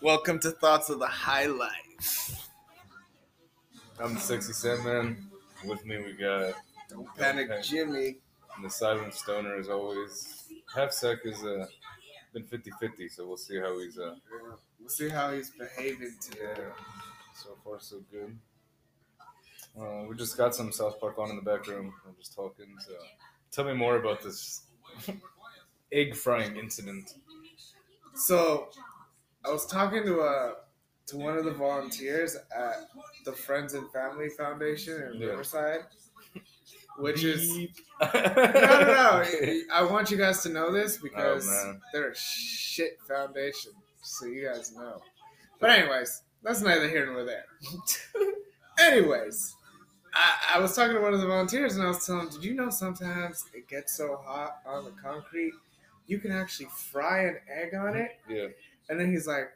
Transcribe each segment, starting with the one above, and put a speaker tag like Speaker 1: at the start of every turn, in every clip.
Speaker 1: Welcome to Thoughts of the High Life.
Speaker 2: I'm the sexy Sandman. With me, we got
Speaker 1: Don't panic,
Speaker 2: Okay.
Speaker 1: Jimmy.
Speaker 2: the silent stoner as always. Halfsec is uh, been 50-50, so we'll see how he's uh,
Speaker 1: Yeah, We'll see how he's behaving
Speaker 2: yeah.
Speaker 1: today.
Speaker 2: So far, so good. Uh, we just got some South Park on in the back room. We're just talking. So, tell me more about this egg frying incident.
Speaker 1: So, I was talking to uh to one of the volunteers at the Friends and Family Foundation in
Speaker 2: Yeah.
Speaker 1: Riverside, which is
Speaker 2: Beep.
Speaker 1: no, no, no. I want you guys to know this because
Speaker 2: man.
Speaker 1: they're a shit foundation, so you guys know. But anyways, that's neither here nor there. anyways, I, I was talking to one of the volunteers and I was telling him, "Did you know sometimes it gets so hot on the concrete, you can actually fry an egg on it?" And then he's like,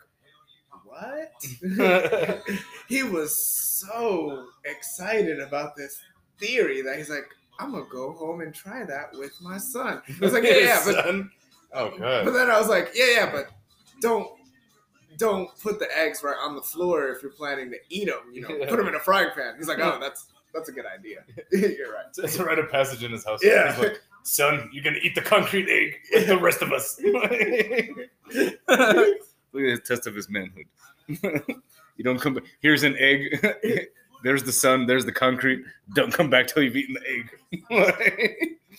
Speaker 1: "What?"
Speaker 2: Yeah.
Speaker 1: he was so excited about this theory that he's like, I'm gonna go home and try that with my son. I was like, yeah, yeah, but,
Speaker 2: Son. oh
Speaker 1: but
Speaker 2: god.
Speaker 1: then I was like, yeah, yeah, but don't don't put the eggs right on the floor if you're planning to eat them. You know, Put 'em put them in a frying pan. He's like, oh, that's that's a good idea. you're right.
Speaker 2: It's a rite of passage in his house.
Speaker 1: Yeah.
Speaker 2: He's like, son, you're gonna eat the concrete egg with the rest of us. Look at the test of his manhood. you don't come. Here's an egg. There's the sun. There's the concrete. Don't come back till you've eaten the egg.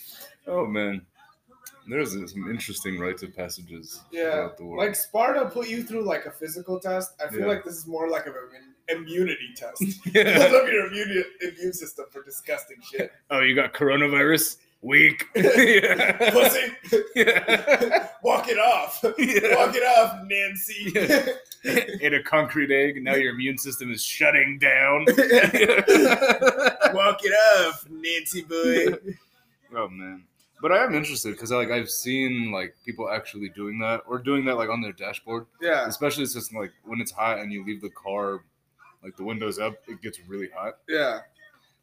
Speaker 2: oh man, there's some interesting rites of passages
Speaker 1: Yeah,
Speaker 2: throughout the world.
Speaker 1: Like Sparta put you through like a physical test. I feel
Speaker 2: Yeah.
Speaker 1: like this is more like of an immunity test. Build
Speaker 2: Yeah.
Speaker 1: up your immune, immune system for disgusting shit.
Speaker 2: Oh, you got coronavirus. Weak. Yeah.
Speaker 1: Pussy,
Speaker 2: Yeah.
Speaker 1: walk it off.
Speaker 2: Yeah.
Speaker 1: Walk it off, Nancy.
Speaker 2: ate a concrete egg. Now your immune system is shutting down.
Speaker 1: Walk it off, Nancy boy.
Speaker 2: oh man, but I am interested because like I've seen like people actually doing that or doing that like on their dashboard,
Speaker 1: Yeah,
Speaker 2: especially since like when it's hot and you leave the car like the windows up, it gets really hot.
Speaker 1: yeah,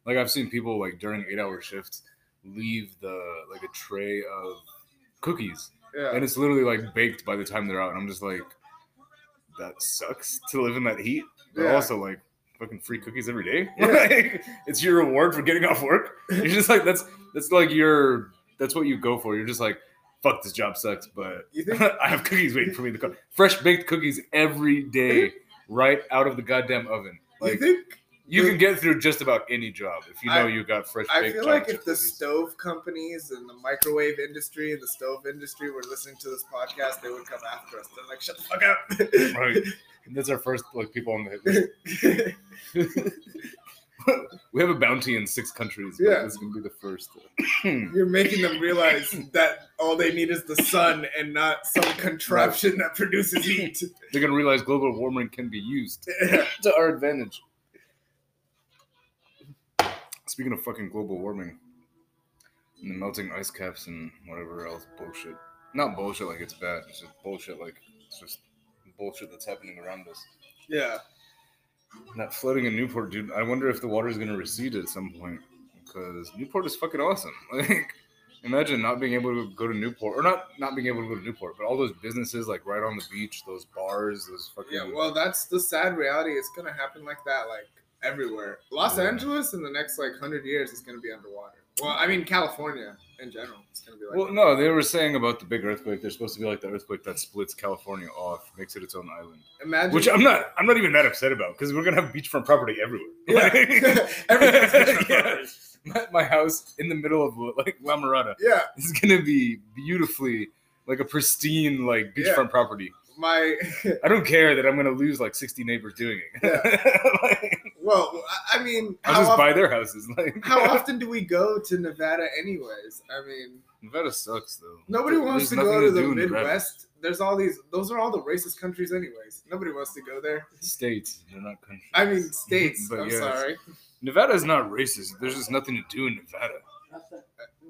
Speaker 2: Like I've seen people like during eight hour shifts leave the like a tray of cookies
Speaker 1: yeah.
Speaker 2: and it's literally like baked by the time they're out and i'm just like that sucks to live in that heat but
Speaker 1: Yeah.
Speaker 2: also like fucking free cookies every day
Speaker 1: Yeah.
Speaker 2: like it's your reward for getting off work you're just like that's that's like your that's what you go for you're just like fuck this job sucks but
Speaker 1: You think?
Speaker 2: i have cookies waiting for me to come fresh baked cookies every day right out of the goddamn oven
Speaker 1: you
Speaker 2: like
Speaker 1: think?
Speaker 2: you can get through just about any job if you know
Speaker 1: I-
Speaker 2: you got fresh
Speaker 1: I
Speaker 2: baked
Speaker 1: feel
Speaker 2: chocolate
Speaker 1: like if the
Speaker 2: cookies.
Speaker 1: stove companies and the microwave industry and the stove industry were listening to this podcast, they would come after us. They're like, "Shut the fuck up."
Speaker 2: right that's our first like people on the hit list. We have a bounty in six countries. but
Speaker 1: Yeah.
Speaker 2: This is going to be the first.
Speaker 1: You're making them realize that all they need is the sun and not some contraption that produces heat.
Speaker 2: They're going to realize global warming can be used to our advantage. Speaking of fucking global warming and the melting ice caps and whatever else bullshit. Not bullshit like it's bad. It's just bullshit like it's just bullshit that's happening around us.
Speaker 1: yeah.
Speaker 2: That flooding in Newport, dude. I wonder if the water is going to recede at some point because Newport is fucking awesome. Like, imagine not being able to go to Newport or not not being able to go to Newport, but all those businesses like right on the beach, those bars, those fucking
Speaker 1: Yeah, well, that's the sad reality. It's gonna happen like that, like everywhere. Los
Speaker 2: Yeah.
Speaker 1: Angeles in the next like hundred years is gonna be underwater. Well, I mean California in general, it's gonna be like.
Speaker 2: Well, no, they were saying about the big earthquake. They're supposed to be like the earthquake that splits California off, makes it its own island.
Speaker 1: imagine
Speaker 2: Which I'm not. I'm not even that upset about because we're gonna have beachfront property everywhere.
Speaker 1: Yeah. Everything's beachfront
Speaker 2: Yeah.
Speaker 1: property.
Speaker 2: my, my house in the middle of like La Mirada.
Speaker 1: yeah,
Speaker 2: It's gonna be beautifully like a pristine like beachfront
Speaker 1: Yeah.
Speaker 2: property.
Speaker 1: my
Speaker 2: I don't care that I'm gonna lose like 60 neighbors doing it. Like,
Speaker 1: well, I- I mean,
Speaker 2: I'll
Speaker 1: how
Speaker 2: just
Speaker 1: often,
Speaker 2: buy their houses. Like
Speaker 1: how often do we go to Nevada, anyways? I mean,
Speaker 2: Nevada sucks though.
Speaker 1: nobody
Speaker 2: There-
Speaker 1: wants
Speaker 2: there's
Speaker 1: to
Speaker 2: nothing
Speaker 1: go to the
Speaker 2: do in Nevada.
Speaker 1: Midwest. There's all these; those are all the racist countries, anyways. Nobody wants to go there.
Speaker 2: States, they're not countries.
Speaker 1: I mean, states.
Speaker 2: But
Speaker 1: I'm
Speaker 2: yes.
Speaker 1: sorry.
Speaker 2: Nevada's not racist. There's just nothing to do in Nevada.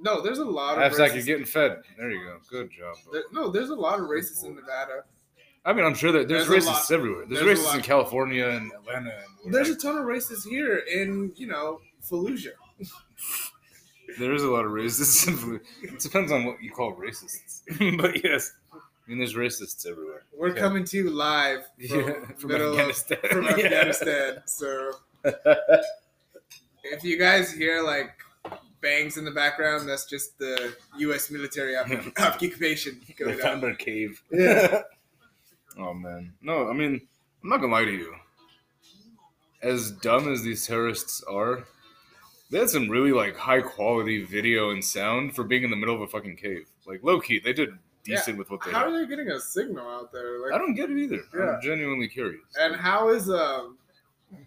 Speaker 1: No, there's a lot of
Speaker 2: Half sack, you're
Speaker 1: racists.
Speaker 2: getting fed. There you go. Good job. bro.
Speaker 1: There, no, there's a lot of racists in Nevada.
Speaker 2: I mean, I'm sure that there's,
Speaker 1: There's a lot-
Speaker 2: racists everywhere. There's,
Speaker 1: there's a
Speaker 2: racists in
Speaker 1: lot.
Speaker 2: California and Atlanta. And
Speaker 1: There's a ton of racists here in, you know, Fallujah.
Speaker 2: There is a lot of racists. it depends on what you call racists. but yes, mean, there's racists everywhere.
Speaker 1: We're
Speaker 2: Yeah.
Speaker 1: coming to you live from,
Speaker 2: Yeah, from
Speaker 1: middle of-
Speaker 2: Afghanistan.
Speaker 1: from
Speaker 2: Yeah.
Speaker 1: Afghanistan. So if you guys hear like bangs in the background, that's just the U.S. military op- occupation
Speaker 2: they
Speaker 1: going on.
Speaker 2: found our cave.
Speaker 1: Yeah.
Speaker 2: oh man. No, I mean, I'm not gonna lie to you. As dumb as these terrorists are, they had some really like high quality video and sound for being in the middle of a fucking cave. Like low key, they did decent with what they
Speaker 1: How
Speaker 2: had.
Speaker 1: are they getting a signal out there? Like,
Speaker 2: I don't get it either.
Speaker 1: Yeah.
Speaker 2: I'm genuinely curious.
Speaker 1: and how is um?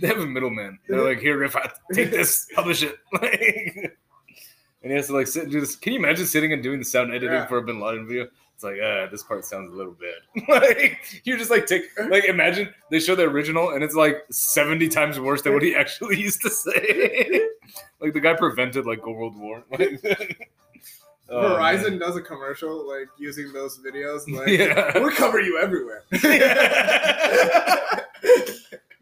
Speaker 2: They have a middleman. They're like, here, if I take this, publish it. Like, and he has to like sit and do this. Can you imagine sitting and doing the sound editing
Speaker 1: Yeah.
Speaker 2: for a Bin Laden video? It's like, ah, this part sounds a little bad. like, you just like take, like, imagine they show the original and it's like 70 times worse than what he actually used to say. like, the guy prevented like a world war. Like, oh,
Speaker 1: Verizon does a commercial like using those videos.
Speaker 2: man.
Speaker 1: Like,
Speaker 2: yeah.
Speaker 1: we'll cover you everywhere.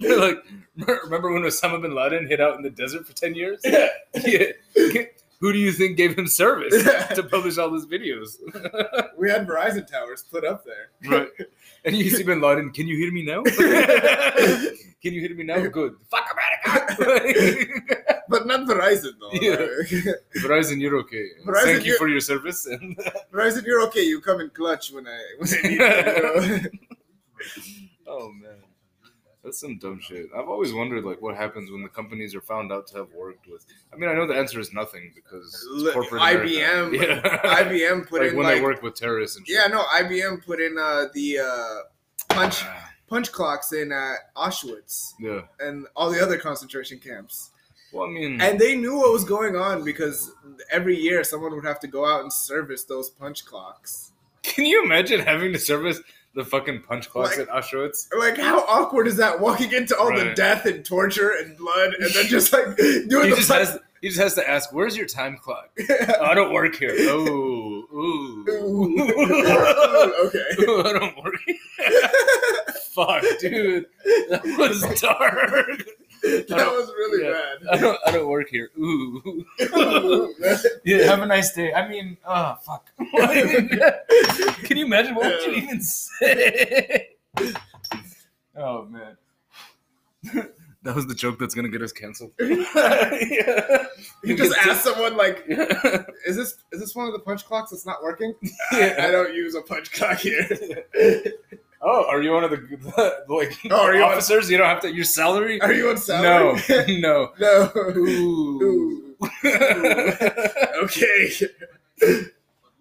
Speaker 2: They're like, remember when Osama bin Laden hid out in the desert for 10 years?
Speaker 1: Yeah.
Speaker 2: Yeah. Who do you think gave him service to publish all these videos?
Speaker 1: we had Verizon towers put up there.
Speaker 2: Right. And you see Bin Laden, can you hear me now? can you hear me now? Good. Fuck America!
Speaker 1: But not Verizon though.
Speaker 2: Yeah. Verizon, you're okay.
Speaker 1: Verizon,
Speaker 2: Thank you
Speaker 1: you're-
Speaker 2: for your service. And
Speaker 1: Verizon, you're okay. You come in clutch when I when I need you. you know?
Speaker 2: oh man, that's some dumb shit. I've always wondered like what happens when the companies are found out to have worked with. I mean, I know the answer is nothing because it's
Speaker 1: Look,
Speaker 2: corporate
Speaker 1: IBM,
Speaker 2: America. Yeah.
Speaker 1: IBM put
Speaker 2: like
Speaker 1: in
Speaker 2: when
Speaker 1: like
Speaker 2: they work with terrorists and shit.
Speaker 1: yeah no IBM put in uh, the uh, punch
Speaker 2: Ah,
Speaker 1: punch clocks in uh, Auschwitz
Speaker 2: yeah.
Speaker 1: and all the other concentration camps.
Speaker 2: Well, I mean,
Speaker 1: And they knew what was going on because every year someone would have to go out and service those punch clocks.
Speaker 2: can you imagine having to service the fucking punch clocks
Speaker 1: Like-
Speaker 2: at Auschwitz?
Speaker 1: Like, how awkward is that? Walking into all the
Speaker 2: Right.
Speaker 1: death and torture and blood, and then just like doing
Speaker 2: He
Speaker 1: the
Speaker 2: just
Speaker 1: punch-
Speaker 2: has he just has to ask, "Where's your time clock?" "Oh, I don't work here. Oh, ooh. Oh.
Speaker 1: Ooh, okay.
Speaker 2: Ooh, I don't work. here. Fuck, dude, that was dark.
Speaker 1: That was really
Speaker 2: I don't, I don't work here. Ooh.
Speaker 1: bad.
Speaker 2: Yeah, have a nice day. I mean, oh fuck. Can you imagine what would you
Speaker 1: Yeah.
Speaker 2: even say? oh man, that was the joke that's gonna get us canceled. yeah.
Speaker 1: You just ask someone like, "Is this is this one of the punch clocks that's not working?" I, I don't use a punch clock here.
Speaker 2: Oh, are you one of the, the like
Speaker 1: Oh, are you on-
Speaker 2: officers? You don't have to. Your salary?
Speaker 1: Are you on salary?
Speaker 2: No,
Speaker 1: No.
Speaker 2: no. Ooh.
Speaker 1: Ooh. Okay.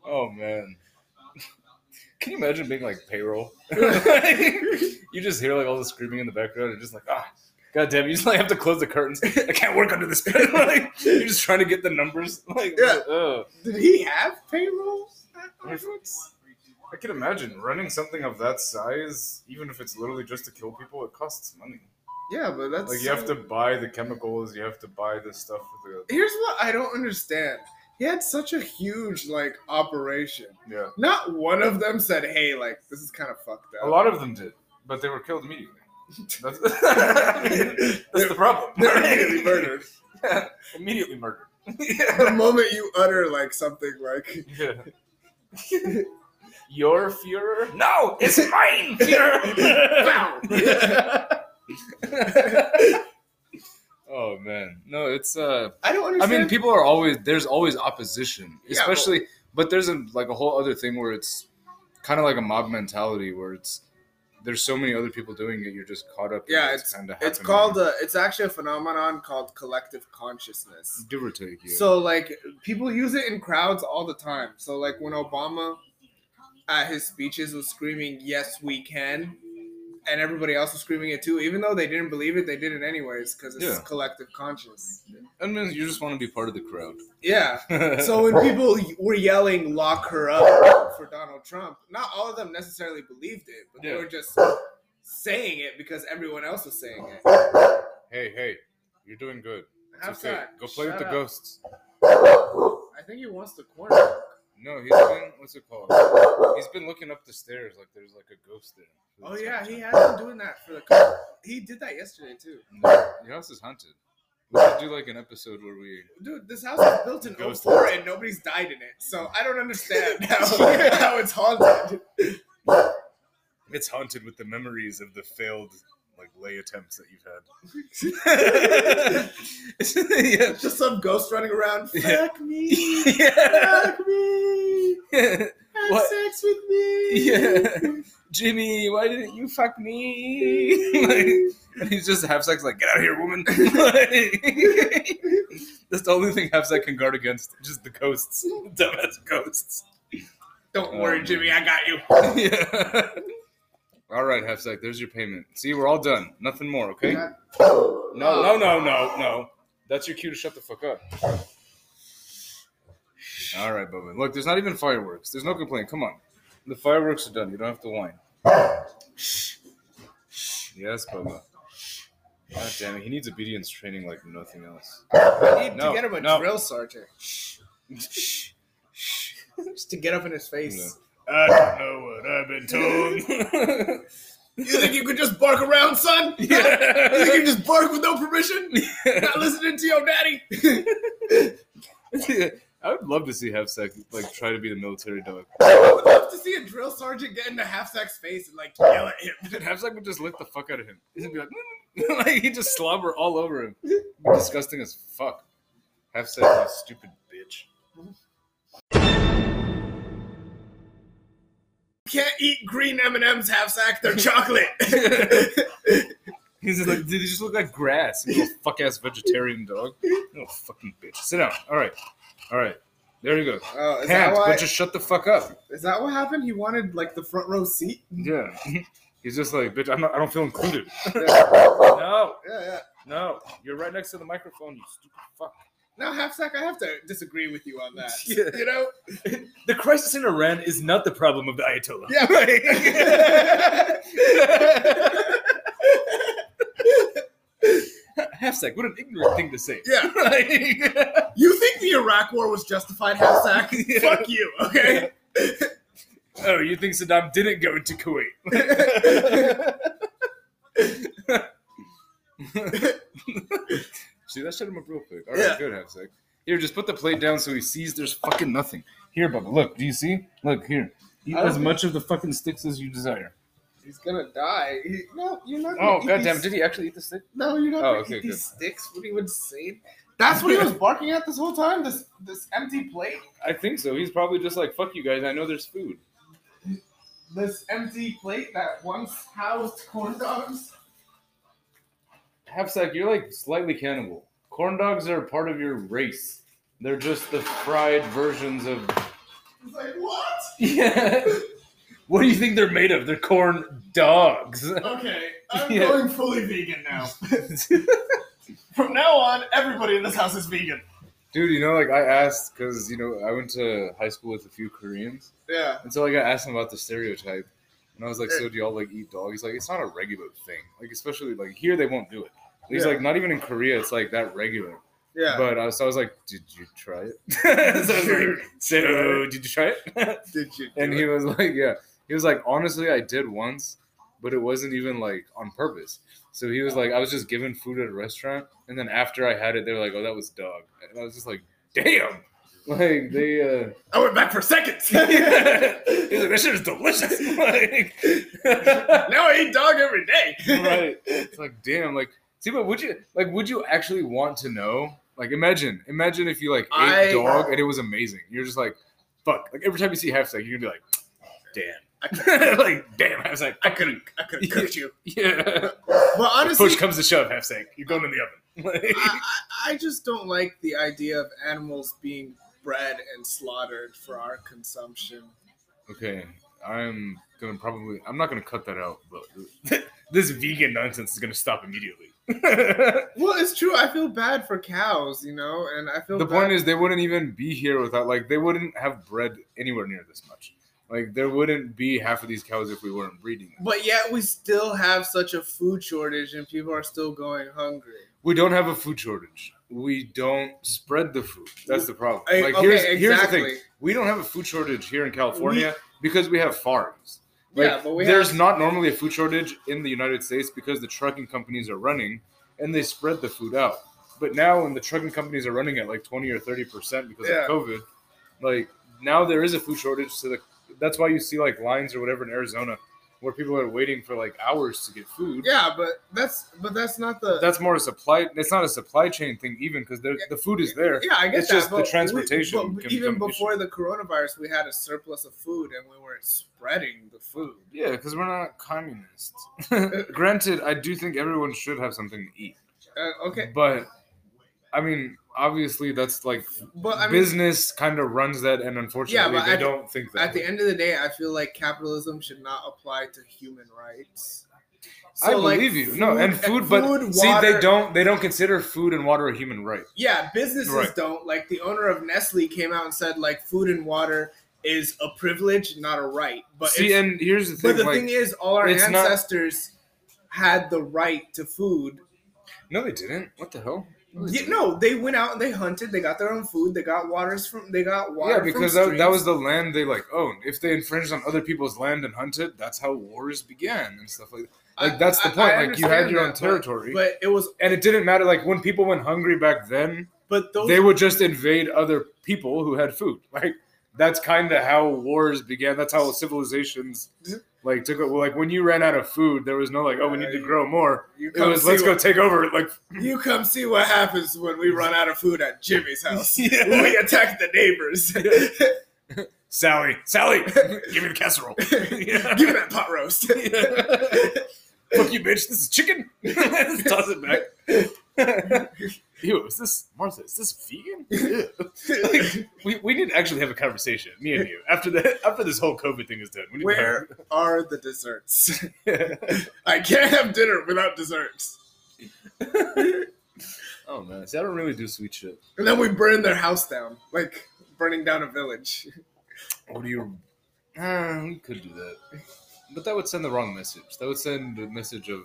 Speaker 2: oh man. Can you imagine being like payroll? you just hear like all the screaming in the background and just like ah god damn you just like have to close the curtains. I can't work under this bed. like you're just trying to get the numbers. Like
Speaker 1: Yeah.
Speaker 2: ugh.
Speaker 1: Did he have payrolls?
Speaker 2: I can imagine running something of that size, even if it's literally just to kill people, it costs money.
Speaker 1: Yeah, but that's
Speaker 2: Like you have to buy the chemicals, you have to buy the stuff for
Speaker 1: Here's what I don't understand. He had such a huge like operation.
Speaker 2: the yeah.
Speaker 1: Not one of them said, "Hey, like this is kind of fucked up."
Speaker 2: A lot of them did, but they were killed immediately. That's, that's the problem.
Speaker 1: They're immediately murdered.
Speaker 2: immediately murdered.
Speaker 1: the moment you utter like something like
Speaker 2: Your Fuhrer? No, it's mine, Fuhrer.
Speaker 1: "Bow."
Speaker 2: oh man, no, it's uh.
Speaker 1: I don't
Speaker 2: I
Speaker 1: understand.
Speaker 2: mean, people are always there's always opposition,
Speaker 1: Yeah, but-
Speaker 2: especially. but there's a like a whole other thing where it's kind of like a mob mentality where it's there's so many other people doing it, you're just caught up. in
Speaker 1: Yeah,
Speaker 2: what's
Speaker 1: it's-
Speaker 2: kinda
Speaker 1: it's
Speaker 2: happening.
Speaker 1: called a, it's actually a phenomenon called collective consciousness.
Speaker 2: give or take. Yeah.
Speaker 1: So like people use it in crowds all the time. So like when Obama at his speeches was screaming "Yes, we can," and everybody else was screaming it too, even though they didn't believe it, they did it anyways because it's
Speaker 2: Yeah.
Speaker 1: collective conscious.
Speaker 2: I mean, you just want to be part of the crowd.
Speaker 1: Yeah. So when people were yelling "Lock her up" for Donald Trump, not all of them necessarily believed it, but
Speaker 2: Yeah.
Speaker 1: they were just saying it because everyone else was saying it.
Speaker 2: hey, hey, you're doing good. It's
Speaker 1: Have
Speaker 2: okay.
Speaker 1: fun.
Speaker 2: Go play with
Speaker 1: Shut
Speaker 2: the
Speaker 1: up.
Speaker 2: ghosts.
Speaker 1: I think he wants the corner.
Speaker 2: No, he's been what's it called? He's been looking up the stairs like there's like a ghost there.
Speaker 1: Oh yeah, he has been doing that for the. He did that yesterday too.
Speaker 2: No, your house is haunted. We should do like an episode where we.
Speaker 1: Dude, this house was built in
Speaker 2: Ghost
Speaker 1: 04 and nobody's died in it. So I don't understand how, how it's haunted.
Speaker 2: It's haunted with the memories of the failed like lay attempts that you've had.
Speaker 1: It's just some ghost running around.
Speaker 2: Yeah.
Speaker 1: Fuck me.
Speaker 2: yeah.
Speaker 1: Fuck me.
Speaker 2: yeah.
Speaker 1: Have
Speaker 2: What?
Speaker 1: sex with me.
Speaker 2: Yeah. Jimmy, why didn't you fuck me? Like, and he's just half sex like, get out of here, woman. Like, that's the only thing half sex can guard against, just the ghosts, dumbass ghosts.
Speaker 1: Don't worry,
Speaker 2: Um,
Speaker 1: Jimmy. I got you.
Speaker 2: yeah. All right, half sec. There's your payment. See, we're all done. Nothing more. Okay.
Speaker 1: Yeah.
Speaker 2: No, no, no, no, no. That's your cue to shut the fuck up. All right, Bubba. Look, there's not even fireworks. There's no complaint. Come on. The fireworks are done. You don't have to whine. Yes, Bubba. God damn it. He needs obedience training like nothing else.
Speaker 1: I need
Speaker 2: No,
Speaker 1: to get him a
Speaker 2: no.
Speaker 1: drill sergeant. Just to get up in his face.
Speaker 2: I don't know what I've been told.
Speaker 1: You think you could just bark around, son? You think
Speaker 2: yeah.
Speaker 1: you can just bark with no permission? Not listening to your daddy?
Speaker 2: I would love to see Hefsek like try to be the military dog.
Speaker 1: I would love to see a drill sergeant get into half sack's face and like yell at him.
Speaker 2: Dude, Hefsek would just lick the fuck out of him. He'd be like, "Mm." like he'd just slobber all over him. Disgusting as fuck. Hefsek, you stupid bitch.
Speaker 1: You can't eat green M and M's half sack. They're chocolate.
Speaker 2: He's just like, dude, you just look like grass. You little fuck ass vegetarian dog. You little fucking bitch. Sit down. All right, all right. There you go.
Speaker 1: oh, is
Speaker 2: Pants,
Speaker 1: that why?
Speaker 2: but just shut the fuck up.
Speaker 1: is that what happened? He wanted like the front row seat.
Speaker 2: Yeah. He's just like, bitch. I'm not. I don't feel included.
Speaker 1: yeah,
Speaker 2: No,
Speaker 1: yeah.
Speaker 2: no. You're right next to the microphone. You stupid fuck.
Speaker 1: Now half sack, I have to disagree with you on that.
Speaker 2: Yeah.
Speaker 1: You know?
Speaker 2: The crisis in Iran is not the problem of the Ayatollah.
Speaker 1: Yeah. Right.
Speaker 2: Half sec. What an ignorant thing to say.
Speaker 1: yeah.
Speaker 2: Like-
Speaker 1: You think the Iraq War was justified, half sack?
Speaker 2: Yeah.
Speaker 1: Fuck you. Okay.
Speaker 2: oh, you think Saddam didn't go into Kuwait? See, that shut him up real quick. All right,
Speaker 1: Yeah.
Speaker 2: good, half sec. Here, just put the plate down so he sees there's fucking nothing. Here, Bubba, look. Do you see? Look, here. Eat
Speaker 1: I don't
Speaker 2: as
Speaker 1: think-
Speaker 2: much of the fucking sticks as you desire.
Speaker 1: He's gonna die. He, no, you're not. Gonna
Speaker 2: Oh,
Speaker 1: eat
Speaker 2: goddamn.
Speaker 1: these-
Speaker 2: Did he actually eat the stick?
Speaker 1: No, you're not.
Speaker 2: Oh,
Speaker 1: gonna
Speaker 2: okay,
Speaker 1: eat these sticks. What are you insane? That's what he was barking at this whole time. This this empty plate.
Speaker 2: I think so. He's probably just like, fuck you guys. I know there's food.
Speaker 1: This empty plate that once housed corn dogs.
Speaker 2: Hapsack, you're like slightly cannibal. Corn dogs are part of your race. They're just the fried versions of.
Speaker 1: He's like, what?
Speaker 2: Yeah. What do you think they're made of? They're corn dogs.
Speaker 1: Okay, I'm
Speaker 2: Yeah.
Speaker 1: going fully vegan now. From now on, everybody in this house is vegan.
Speaker 2: Dude, you know, like I asked because you know I went to high school with a few Koreans,
Speaker 1: Yeah.
Speaker 2: and so like I asked them about the stereotype, and I was like, "So do y'all like eat dog?" He's like, "It's not a regular thing. Like especially like here they won't do it." He's
Speaker 1: Yeah.
Speaker 2: like, "Not even in Korea, it's like that regular."
Speaker 1: Yeah.
Speaker 2: But uh, so I was like, "Did you try it?" so, I was like, so did you try it?
Speaker 1: Did you?
Speaker 2: And he was like, yeah. He was like, honestly, I did once, but it wasn't even like on purpose. So he was like, I was just given food at a restaurant, and then after I had it, they were like, oh, that was dog, and I was just like, damn. Like they, uh,
Speaker 1: I went back for seconds.
Speaker 2: he's like, that shit is delicious. Like,
Speaker 1: now I eat dog every day.
Speaker 2: right? It's like, damn. Like, see, but would you like? Would you actually want to know? Like, imagine, imagine if you like ate
Speaker 1: I- uh,
Speaker 2: dog and it was amazing. You're just like, fuck. Like every time you see half sec, you're gonna be
Speaker 1: I
Speaker 2: like, like, damn. I was like,
Speaker 1: I couldn't. I couldn't cook you.
Speaker 2: yeah.
Speaker 1: But honestly, Ah.
Speaker 2: Push comes to shove, half sank. You're going in the oven.
Speaker 1: I, I I just don't like the idea of animals being bred and slaughtered for our consumption.
Speaker 2: okay, I'm gonna probably. I'm not gonna cut that out, but this vegan nonsense is gonna stop immediately. the
Speaker 1: Well, it's true. I feel bad for cows, you know, and I feel
Speaker 2: point is, they wouldn't even be here without. Like, they wouldn't have bred anywhere near this much. Like, there wouldn't be half of these cows if we weren't breeding them.
Speaker 1: But yet we still have such a food shortage, and people are still going hungry.
Speaker 2: We don't have a food shortage. We don't spread the food. That's the problem.
Speaker 1: I-
Speaker 2: like,
Speaker 1: okay,
Speaker 2: here's, here's the thing:
Speaker 1: exactly.
Speaker 2: we don't have a food shortage here in California because we have farms. Like,
Speaker 1: yeah, but we
Speaker 2: there's
Speaker 1: have,
Speaker 2: not normally a food shortage in the United States because the trucking companies are running and they spread the food out. But now, when the trucking companies are running at like twenty or thirty percent because
Speaker 1: Yeah.
Speaker 2: of COVID, like now there is a food shortage. So the, that's why you see like lines or whatever in Arizona where people are waiting for like hours to get food.
Speaker 1: Yeah, but that's but that's not the.
Speaker 2: That's more a supply. It's not a supply chain thing even because the food is there.
Speaker 1: yeah, I get
Speaker 2: it's
Speaker 1: that.
Speaker 2: just the
Speaker 1: but we-
Speaker 2: transportation
Speaker 1: but
Speaker 2: can
Speaker 1: we-
Speaker 2: become
Speaker 1: even
Speaker 2: an issue.
Speaker 1: before the coronavirus, we had a surplus of food and we weren't spreading the food.
Speaker 2: Yeah, because we're not communists. Granted, I do think everyone should have something to eat.
Speaker 1: Uh, okay,
Speaker 2: But I mean, obviously, that's like
Speaker 1: but I mean,
Speaker 2: business kind of runs that, and unfortunately,
Speaker 1: but
Speaker 2: they
Speaker 1: at the-
Speaker 2: don't think that.
Speaker 1: at the
Speaker 2: way.
Speaker 1: end of the day, I feel like capitalism should not apply to human rights.
Speaker 2: I
Speaker 1: So, like,
Speaker 2: believe you. No, and food, but see,
Speaker 1: water-
Speaker 2: they don't. They don't consider food and water a human right.
Speaker 1: Yeah, businesses
Speaker 2: Right.
Speaker 1: don't. Like the owner of Nestle came out and said, like, food and water is a privilege, not a right. But
Speaker 2: see,
Speaker 1: it's-
Speaker 2: and here's the thing.
Speaker 1: but the
Speaker 2: like,
Speaker 1: thing is, all our
Speaker 2: it's not-
Speaker 1: ancestors had the right to food.
Speaker 2: no, they didn't. What the hell?
Speaker 1: Yeah, no, they went out and they hunted. They got their own food. They got waters from. They got water.
Speaker 2: yeah,
Speaker 1: from
Speaker 2: because that, that
Speaker 1: streams.
Speaker 2: was the land they like owned. If they infringed on other people's land and hunted, that's how wars began and stuff like that. Like
Speaker 1: I-
Speaker 2: that's the
Speaker 1: I-
Speaker 2: point.
Speaker 1: I
Speaker 2: like you had
Speaker 1: understand
Speaker 2: your
Speaker 1: that,
Speaker 2: own
Speaker 1: but-
Speaker 2: territory,
Speaker 1: But it was.
Speaker 2: and it didn't matter. Like when people went hungry back then,
Speaker 1: But those.
Speaker 2: they would just invade other people who had food. Like that's kind of how wars began. That's how civilizations like took over. Like when you ran out of food, there was no like, oh, we need to grow more.
Speaker 1: you
Speaker 2: It was
Speaker 1: see
Speaker 2: let's go
Speaker 1: what,
Speaker 2: take over. Like
Speaker 1: You come see what happens when we run out of food at Jimmy's house.
Speaker 2: yeah.
Speaker 1: we attack the neighbors.
Speaker 2: Sally, Sally, give me the casserole. Yeah.
Speaker 1: Give me that pot roast.
Speaker 2: Fuck you, bitch. This is chicken. Toss it back. Ew, is this Martha? Is this vegan? Ew. we, we need to actually have a conversation, me and you, after the after this whole COVID thing is done. We need to have-
Speaker 1: Where are the desserts? I can't have dinner without desserts.
Speaker 2: oh man, see, I don't really do sweet shit.
Speaker 1: And then we burn their house down, like burning down a village.
Speaker 2: What do you? Uh,
Speaker 1: Um,
Speaker 2: we could do that, but that would send the wrong message. That would send a message of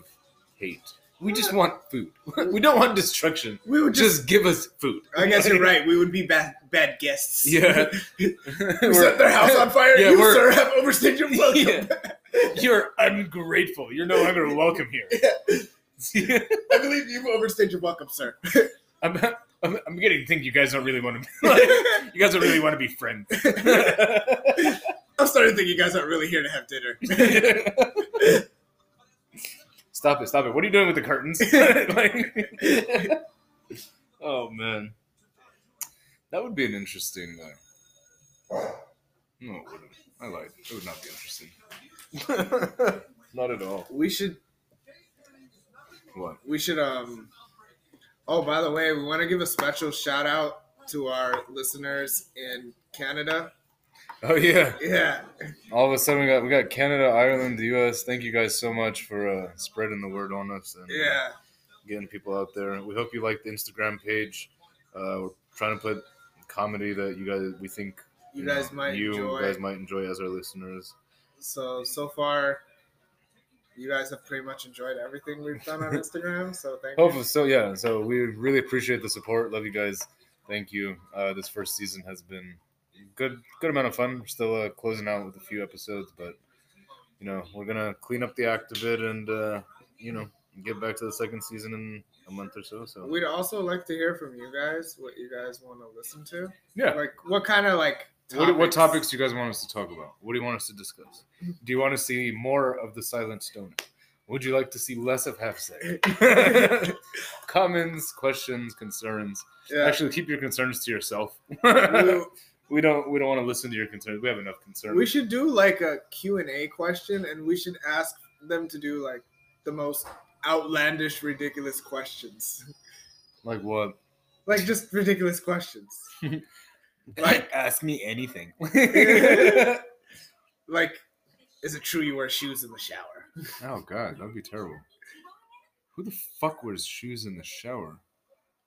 Speaker 2: hate. We just want food. we don't want destruction.
Speaker 1: We would just.
Speaker 2: Just give us food.
Speaker 1: I guess you're right. We would be bad, bad guests.
Speaker 2: Yeah.
Speaker 1: We
Speaker 2: We're-
Speaker 1: set their house on fire.
Speaker 2: Yeah,
Speaker 1: you,
Speaker 2: we're-
Speaker 1: sir, have overstayed your welcome.
Speaker 2: You're ungrateful. You're no longer welcome here.
Speaker 1: I believe you've overstayed your welcome, sir.
Speaker 2: I'm, I'm, I'm getting to think you guys don't really want to. Like, you guys don't really want to be friends.
Speaker 1: I'm starting to think you guys aren't really here to have dinner.
Speaker 2: stop it! Stop it! What are you doing with the curtains? Like- oh man, that would be an interesting. Uh... No, it wouldn't. I lied. It would not be interesting. not at all.
Speaker 1: We should.
Speaker 2: What?
Speaker 1: We should. Um. Oh, by the way, we want to give a special shout out to our listeners in Canada.
Speaker 2: Oh yeah.
Speaker 1: Yeah.
Speaker 2: All of a sudden, we got we got Canada, Ireland, the U.S. Thank you guys so much for uh, spreading the word on us and uh,
Speaker 1: Yeah.
Speaker 2: getting people out there. We hope you like the Instagram page. Uh, we're trying to put comedy that you guys we think
Speaker 1: You guys
Speaker 2: know,
Speaker 1: might
Speaker 2: you
Speaker 1: enjoy.
Speaker 2: guys might enjoy as our listeners.
Speaker 1: So so far, you guys have pretty much enjoyed everything we've done on Instagram. So thank you.
Speaker 2: Hopefully, so yeah. So we really appreciate the support. Love you guys. Thank you. Uh, this first season has been good. Good amount of fun. We're still uh, closing out with a few episodes, but you know we're gonna clean up the act a bit and uh, you know get back to the second season in a month or so. So
Speaker 1: We'd also like to hear from you guys what you guys want to listen to.
Speaker 2: yeah.
Speaker 1: Like what kind of like
Speaker 2: What, what topics do you guys want us to talk about? What do you want us to discuss? Do you want to see more of the Silent Stoner? Would you like to see less of Half Second? Comments, questions, concerns.
Speaker 1: Yeah.
Speaker 2: Actually, keep your concerns to yourself.
Speaker 1: we,
Speaker 2: we don't. We don't want to listen to your concerns. We have enough concerns.
Speaker 1: we should do like a Q&A question and we should ask them to do like the most outlandish ridiculous questions.
Speaker 2: like what?
Speaker 1: Like just ridiculous questions.
Speaker 2: Like ask me anything.
Speaker 1: Like is it true you wear shoes in the shower?
Speaker 2: oh God, that'd be terrible. Who the fuck wears shoes in the shower?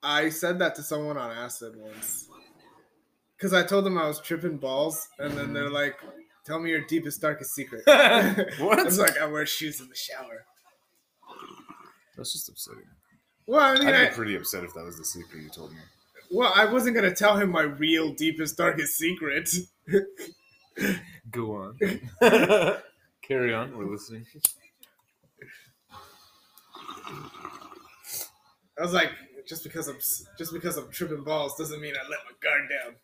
Speaker 1: I said that to someone on acid once. Cause I told them I was tripping balls, and then they're like, "Tell me your deepest, darkest secret." I was
Speaker 2: what?
Speaker 1: like, "I wear shoes in the shower."
Speaker 2: That's just upsetting.
Speaker 1: Well, I mean,
Speaker 2: I'd
Speaker 1: I,
Speaker 2: be pretty upset if that was the secret you told me.
Speaker 1: well, I wasn't gonna tell him my real deepest, darkest secret.
Speaker 2: Go on. Carry on. We're listening.
Speaker 1: I was like, just because I'm just because I'm tripping balls doesn't mean I let my guard down.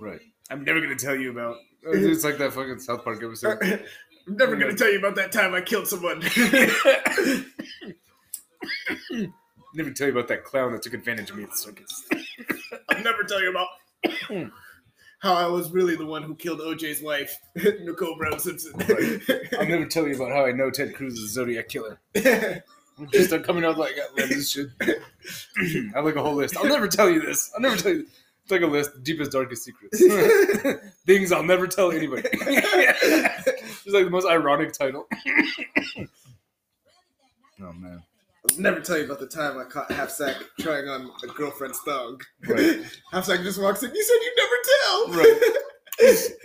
Speaker 2: Right.
Speaker 3: I'm never gonna tell you about.
Speaker 2: It's like that fucking South Park episode.
Speaker 3: I'm never gonna tell you about that time I killed someone.
Speaker 2: Let me tell you about that clown that took advantage of me at the circus.
Speaker 3: I'll never tell you about how I was really the one who killed OJ's wife, Nicole Brown Simpson.
Speaker 2: I'll never tell you about how I know Ted Cruz is a Zodiac killer. Just start coming out like outlandish shit. I have like a whole list. I'll never tell you this. I'll never tell you. It's like a list, deepest, darkest secrets. Things I'll never tell anybody. It's like the most ironic title. oh man.
Speaker 1: I'll never tell you about the time I caught Halfsack trying on a girlfriend's thong.
Speaker 2: Right.
Speaker 1: Halfsack just walks in. You said you would never tell.
Speaker 2: Right.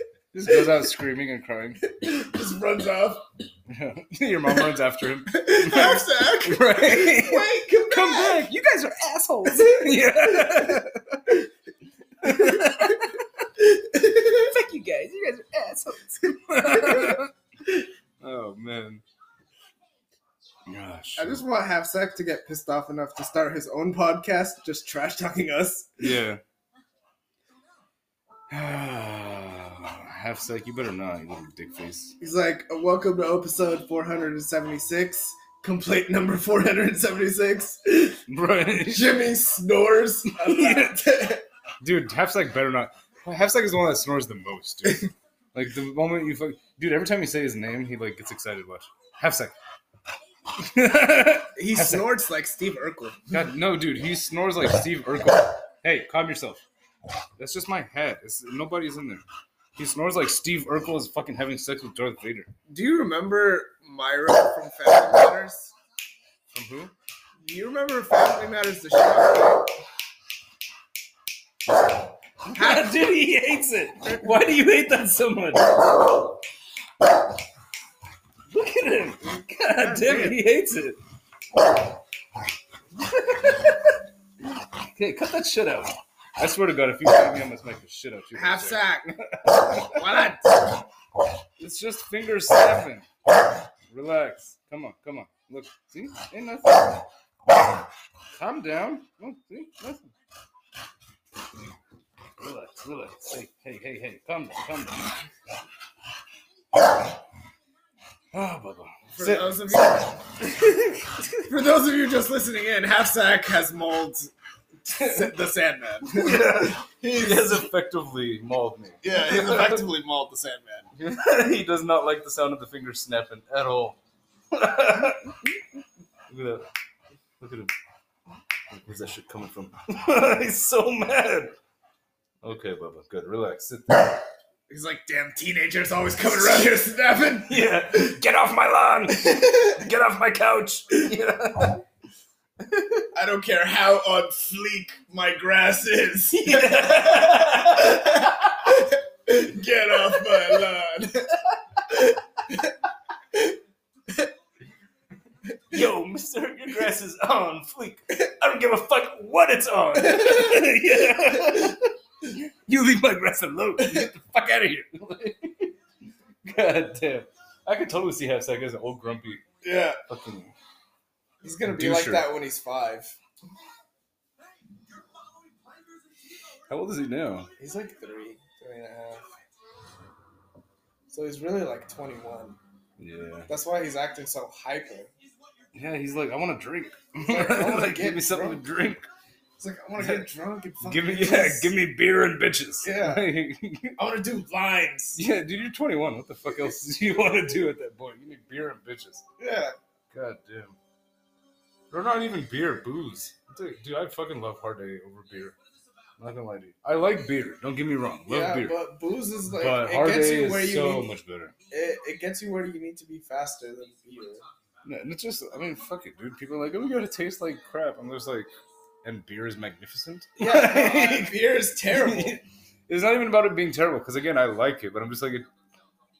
Speaker 2: Just goes out screaming and crying.
Speaker 3: Just runs off.
Speaker 2: Your mom runs after him.
Speaker 1: Halfsack,
Speaker 2: Right.
Speaker 1: wait, come,
Speaker 2: Come
Speaker 1: back.
Speaker 2: back. You guys are assholes. yeah. Fuck you guys. You guys are assholes. oh, man. Gosh.
Speaker 1: I just want Halfsack to get pissed off enough to start his own podcast, just trash talking us.
Speaker 2: Yeah. Half sec. You better not, you little dick face.
Speaker 1: He's like, "Welcome to episode 476, complaint number 476."
Speaker 2: Right.
Speaker 1: Jimmy snores. a lot.
Speaker 2: Dude, Halfsack better not. Halfsack is the one that snores the most, dude. like the moment you fuck, dude. Every time you say his name, he like gets excited. Watch Halfsack.
Speaker 1: he
Speaker 2: Halfsack.
Speaker 1: snorts like Steve Urkel.
Speaker 2: God, no, dude. He snores like Steve Urkel. Hey, calm yourself. That's just my head. It's, nobody's in there. He snores like Steve Urkel is fucking having sex with Darth Vader.
Speaker 1: Do you remember Myra from Family Matters?
Speaker 2: From who?
Speaker 1: Do you remember Family Matters the show?
Speaker 3: dude, he hates it. Why do you hate that so much? Look at him. God
Speaker 1: damn it,
Speaker 3: he hates it. okay, cut that shit out.
Speaker 2: I swear to God, if you hit me, I'm gonna smack the shit out you.
Speaker 1: Half sack. Why
Speaker 2: It's just finger snapping. Relax. Come on, come on. Look, see? Ain't nothing. Calm down. Look, see? Nothing. Relax, relax. Hey, hey, hey, hey. Calm down, calm down. Ah, Bubba.
Speaker 1: For
Speaker 2: Sit.
Speaker 1: those of you, for those of you just listening in, Half Sack has mauled the Sandman.
Speaker 2: He has effectively mauled me.
Speaker 1: Yeah, he's effectively mauled the Sandman.
Speaker 2: he does not like the sound of the fingers snapping at all. Look at that. Look at him. Where's that shit coming from? He's so mad. Okay, Bubba, good. Relax. Sit down.
Speaker 1: He's like, damn teenagers always coming around here snapping.
Speaker 2: Yeah. Get off my lawn. Get off my couch. Yeah.
Speaker 1: I don't care how on fleek my grass is. Get off my lawn.
Speaker 3: Yo, Mister, your grass is on fleek. I don't give a fuck what it's on. You leave my grass alone. Get the fuck out of here.
Speaker 2: God damn. I could totally see half second as an old grumpy
Speaker 1: Yeah,
Speaker 2: fucking
Speaker 1: he's gonna be like
Speaker 2: Doucher.
Speaker 1: that when he's five.
Speaker 2: How old is he now?
Speaker 1: He's like three, three and a half. So he's really like 21.
Speaker 2: Yeah.
Speaker 1: That's why he's acting so hyper.
Speaker 2: Yeah, he's like, I want a drink.
Speaker 1: like, I wanna
Speaker 2: Like, give
Speaker 1: get
Speaker 2: me something to
Speaker 1: drunk.
Speaker 2: drink.
Speaker 1: It's like, I want to get drunk and fuck
Speaker 2: Give me yeah,
Speaker 1: bitches.
Speaker 2: give me beer and bitches. Yeah.
Speaker 1: I want to do lines.
Speaker 2: Yeah, dude, you're 21. What the fuck else do you want to do at that point? You need beer and bitches.
Speaker 1: Yeah.
Speaker 2: God damn. They're not even beer, booze. Dude, dude, I fucking love hard A over beer. I'm not gonna lie to you. I like beer. Don't get me wrong. Love
Speaker 1: yeah,
Speaker 2: beer. But,
Speaker 1: but booze is like it
Speaker 2: hard
Speaker 1: gets
Speaker 2: A
Speaker 1: you where
Speaker 2: is
Speaker 1: you
Speaker 2: so
Speaker 1: need,
Speaker 2: much better.
Speaker 1: it, it gets you where you need to be faster than beer.
Speaker 2: No, and it's just, I mean, fuck it, dude. People are like, oh, we gotta taste like crap. I'm just like, and beer is magnificent.
Speaker 1: Yeah, no, uh, beer is terrible.
Speaker 2: it's not even about it being terrible because again, I like it, but I'm just like, it,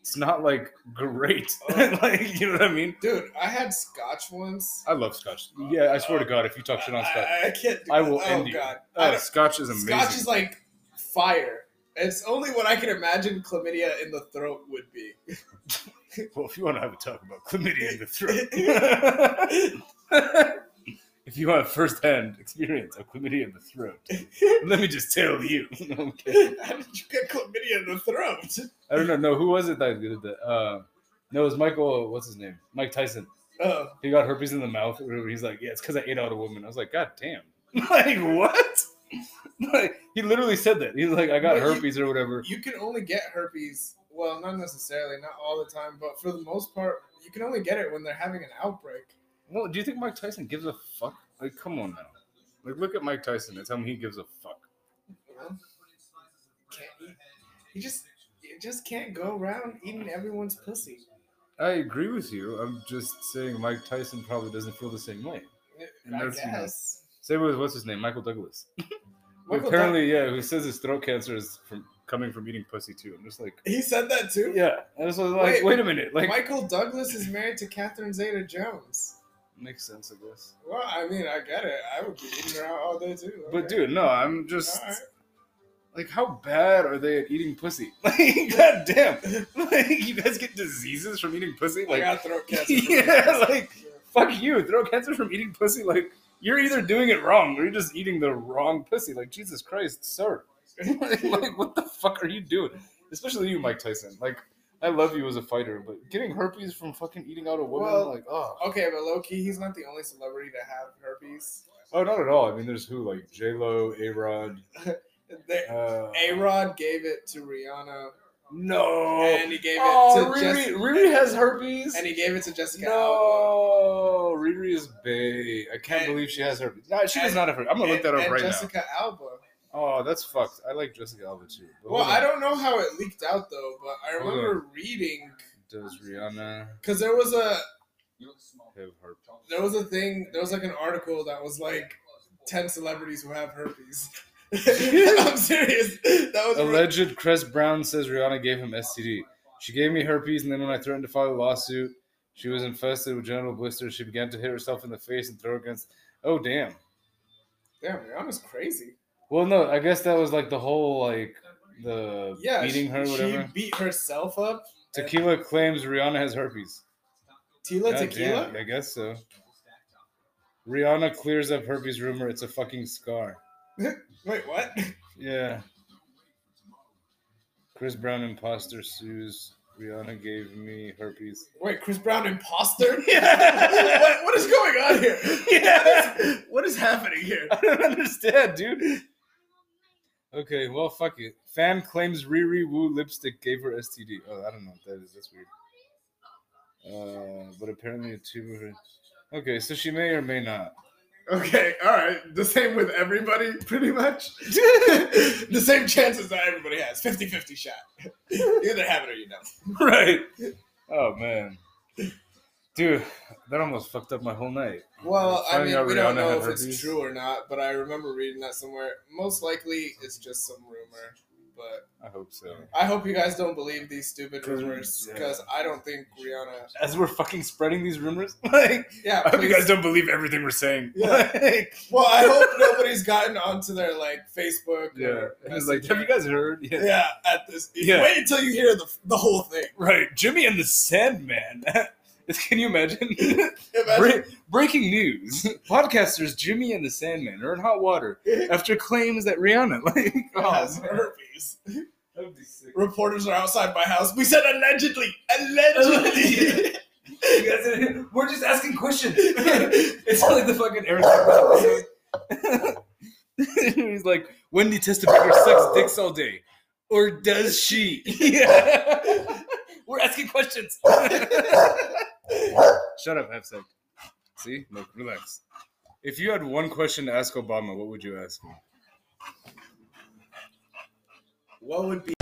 Speaker 2: it's not like great. like, you know what I mean?
Speaker 1: Dude, I had scotch once.
Speaker 2: I love scotch. Yeah, I swear to God, if you talk shit on scotch,
Speaker 1: Uh, I, I can't do
Speaker 2: I will
Speaker 1: oh,
Speaker 2: end you.
Speaker 1: God. I
Speaker 2: Oh,
Speaker 1: don't-
Speaker 2: scotch is amazing.
Speaker 1: Scotch is like fire. It's only what I can imagine chlamydia in the throat would be.
Speaker 2: well, if you want to have a talk about chlamydia in the throat, if If you want first-hand experience of chlamydia in the throat, let me just tell you. Okay.
Speaker 3: How did you get chlamydia in the throat?
Speaker 2: I don't know. No, who was it that did that? Uh, no, it was Michael. What's his name? Mike Tyson.
Speaker 3: Oh,
Speaker 2: He got herpes in the mouth. or whatever. He's like, yeah, it's because I ate out a woman. I was like, God damn. Like what? Like he literally said that. He's like, I got
Speaker 1: But you-
Speaker 2: herpes or whatever.
Speaker 1: You can only get herpes. Well, not necessarily, not all the time, but for the most part, you can only get it when they're having an outbreak.
Speaker 2: Well, do you think Mike Tyson gives a fuck? Like, come on now. Like, look at Mike Tyson and tell me he gives a fuck.
Speaker 1: You know? Can't eat. You just you just can't go around eating everyone's pussy.
Speaker 2: I agree with you. I'm just saying Mike Tyson probably doesn't feel the same way. And
Speaker 1: I
Speaker 2: that's, you know,
Speaker 1: guess.
Speaker 2: Same with what's his name, Michael Douglas.
Speaker 1: Michael
Speaker 2: Apparently, yeah, who says his throat cancer is from coming from eating pussy too. I'm just like,
Speaker 1: Doug- he said that too.
Speaker 2: yeah. I just was like, wait,
Speaker 1: Wait,
Speaker 2: a minute, like
Speaker 1: Michael Douglas is married to Catherine Zeta Jones.
Speaker 2: makes sense, I guess.
Speaker 1: Well, I mean, I get it. I would be eating her out all day too.
Speaker 2: But
Speaker 1: okay.
Speaker 2: dude, no, I'm just
Speaker 1: All right.
Speaker 2: like, how bad are they at eating pussy? Like, goddamn, like you guys get diseases from eating pussy.
Speaker 1: I
Speaker 2: Like,
Speaker 1: got throat cancer.
Speaker 2: Yeah, like- fuck you, throat cancer from eating pussy. Like, you're either doing it wrong or you're just eating the wrong pussy. Like, Jesus Christ, sir. like, what the fuck are you doing? Especially you, Mike Tyson. Like, I love you as a fighter, but getting herpes from fucking eating out a woman,
Speaker 1: Well-
Speaker 2: like, oh,
Speaker 1: okay, but low key, he's not the only celebrity to have herpes.
Speaker 2: oh, not at all. I mean, there's who like J Lo, A Rod,
Speaker 1: They-
Speaker 2: uh,
Speaker 1: A Rod gave it to Rihanna,
Speaker 2: no,
Speaker 1: and he gave it
Speaker 2: oh,
Speaker 1: to
Speaker 2: Riri,
Speaker 1: Jessica,
Speaker 2: Riri has herpes.
Speaker 1: and he gave it to Jessica Alba.
Speaker 2: no, Riri is bae. I can't
Speaker 1: And-
Speaker 2: believe she has herpes. Nah, she does
Speaker 1: and-
Speaker 2: not have herpes. I'm gonna
Speaker 1: And-
Speaker 2: look that up
Speaker 1: and
Speaker 2: right now.
Speaker 1: Jessica Alba.
Speaker 2: Oh, that's fucked. I like Jessica Alba too. But
Speaker 1: Well,
Speaker 2: hold
Speaker 1: I don't
Speaker 2: on.
Speaker 1: know how it leaked out though, but I
Speaker 2: Hold
Speaker 1: remember reading
Speaker 2: Does Rihanna
Speaker 1: because there was a
Speaker 2: have her?
Speaker 1: there was a thing there was like an article that was like 10 celebrities who have herpes i'm serious that was real-
Speaker 2: Alleged Chris Brown says Rihanna gave him STD. She gave me herpes, and then when I threatened to file a lawsuit, she was infested with genital blisters. She began to hit herself in the face and throw against. Oh damn.
Speaker 1: damn rihanna's crazy
Speaker 2: Well, no, I guess that was like the whole like the
Speaker 1: yeah
Speaker 2: beating her,
Speaker 1: she,
Speaker 2: whatever.
Speaker 1: she beat herself up
Speaker 2: Tequila claims Rihanna has herpes.
Speaker 1: tila
Speaker 2: God
Speaker 1: tequila
Speaker 2: damn, I guess so. Rihanna clears up herpes rumor. It's a fucking scar.
Speaker 1: wait what
Speaker 2: Yeah. Chris Brown imposter sues. Rihanna gave me herpes.
Speaker 1: wait chris brown imposter what, what is going on here
Speaker 3: what is happening here?
Speaker 2: I don't understand, dude. Okay, well, fuck it. Fan claims Riri Wu lipstick gave her STD. Oh, I don't know what that is. That's weird. Uh, but apparently, a tube of her. Okay, so she may or may not.
Speaker 3: Okay, all right. The same with everybody, pretty much.
Speaker 1: the same chances that everybody has 50 50 shot you either have it or you don't
Speaker 2: right. Oh man, dude, that almost fucked up my whole night.
Speaker 1: Well, I
Speaker 2: Finding
Speaker 1: mean,
Speaker 2: out
Speaker 1: we
Speaker 2: Rihanna
Speaker 1: don't know
Speaker 2: had
Speaker 1: if
Speaker 2: herpes.
Speaker 1: it's true or not, but I remember reading that somewhere. Most likely, it's just some rumor. But
Speaker 2: I hope so.
Speaker 1: I hope you guys don't believe these stupid
Speaker 2: Cause-
Speaker 1: rumors
Speaker 2: yeah.
Speaker 1: because I don't think Rihanna.
Speaker 2: As we're fucking spreading these rumors, like
Speaker 1: Yeah,
Speaker 2: I hope you
Speaker 1: please-
Speaker 2: guys don't believe everything we're saying.
Speaker 1: Yeah.
Speaker 2: Like,
Speaker 1: Well, I hope nobody's gotten onto their like Facebook.
Speaker 2: yeah.
Speaker 1: Or
Speaker 2: It's like,
Speaker 1: Messenger.
Speaker 2: have you guys heard? Yeah.
Speaker 1: Yeah, at this.
Speaker 2: Yeah.
Speaker 1: Wait until you hear the the whole thing.
Speaker 2: Right, Jimmy and the Sandman. Can you imagine?
Speaker 1: Imagine-
Speaker 2: Bre- breaking news: Podcasters Jimmy and the Sandman are in hot water after claims that Rihanna. Like,
Speaker 1: has
Speaker 2: oh,
Speaker 1: herpes.
Speaker 2: that would be sick.
Speaker 1: Reporters are outside my house. We said allegedly, allegedly.
Speaker 2: You guys didn't hear- we're just asking questions. it's like the fucking Aaron Sorkin episode. He's like, Wendy Testabaker sucks dicks all day. Or does she? Yeah. we're asking questions. Shut up, have sex. See? Look, relax. If you had one question to ask Obama, what would you ask him?
Speaker 1: what would be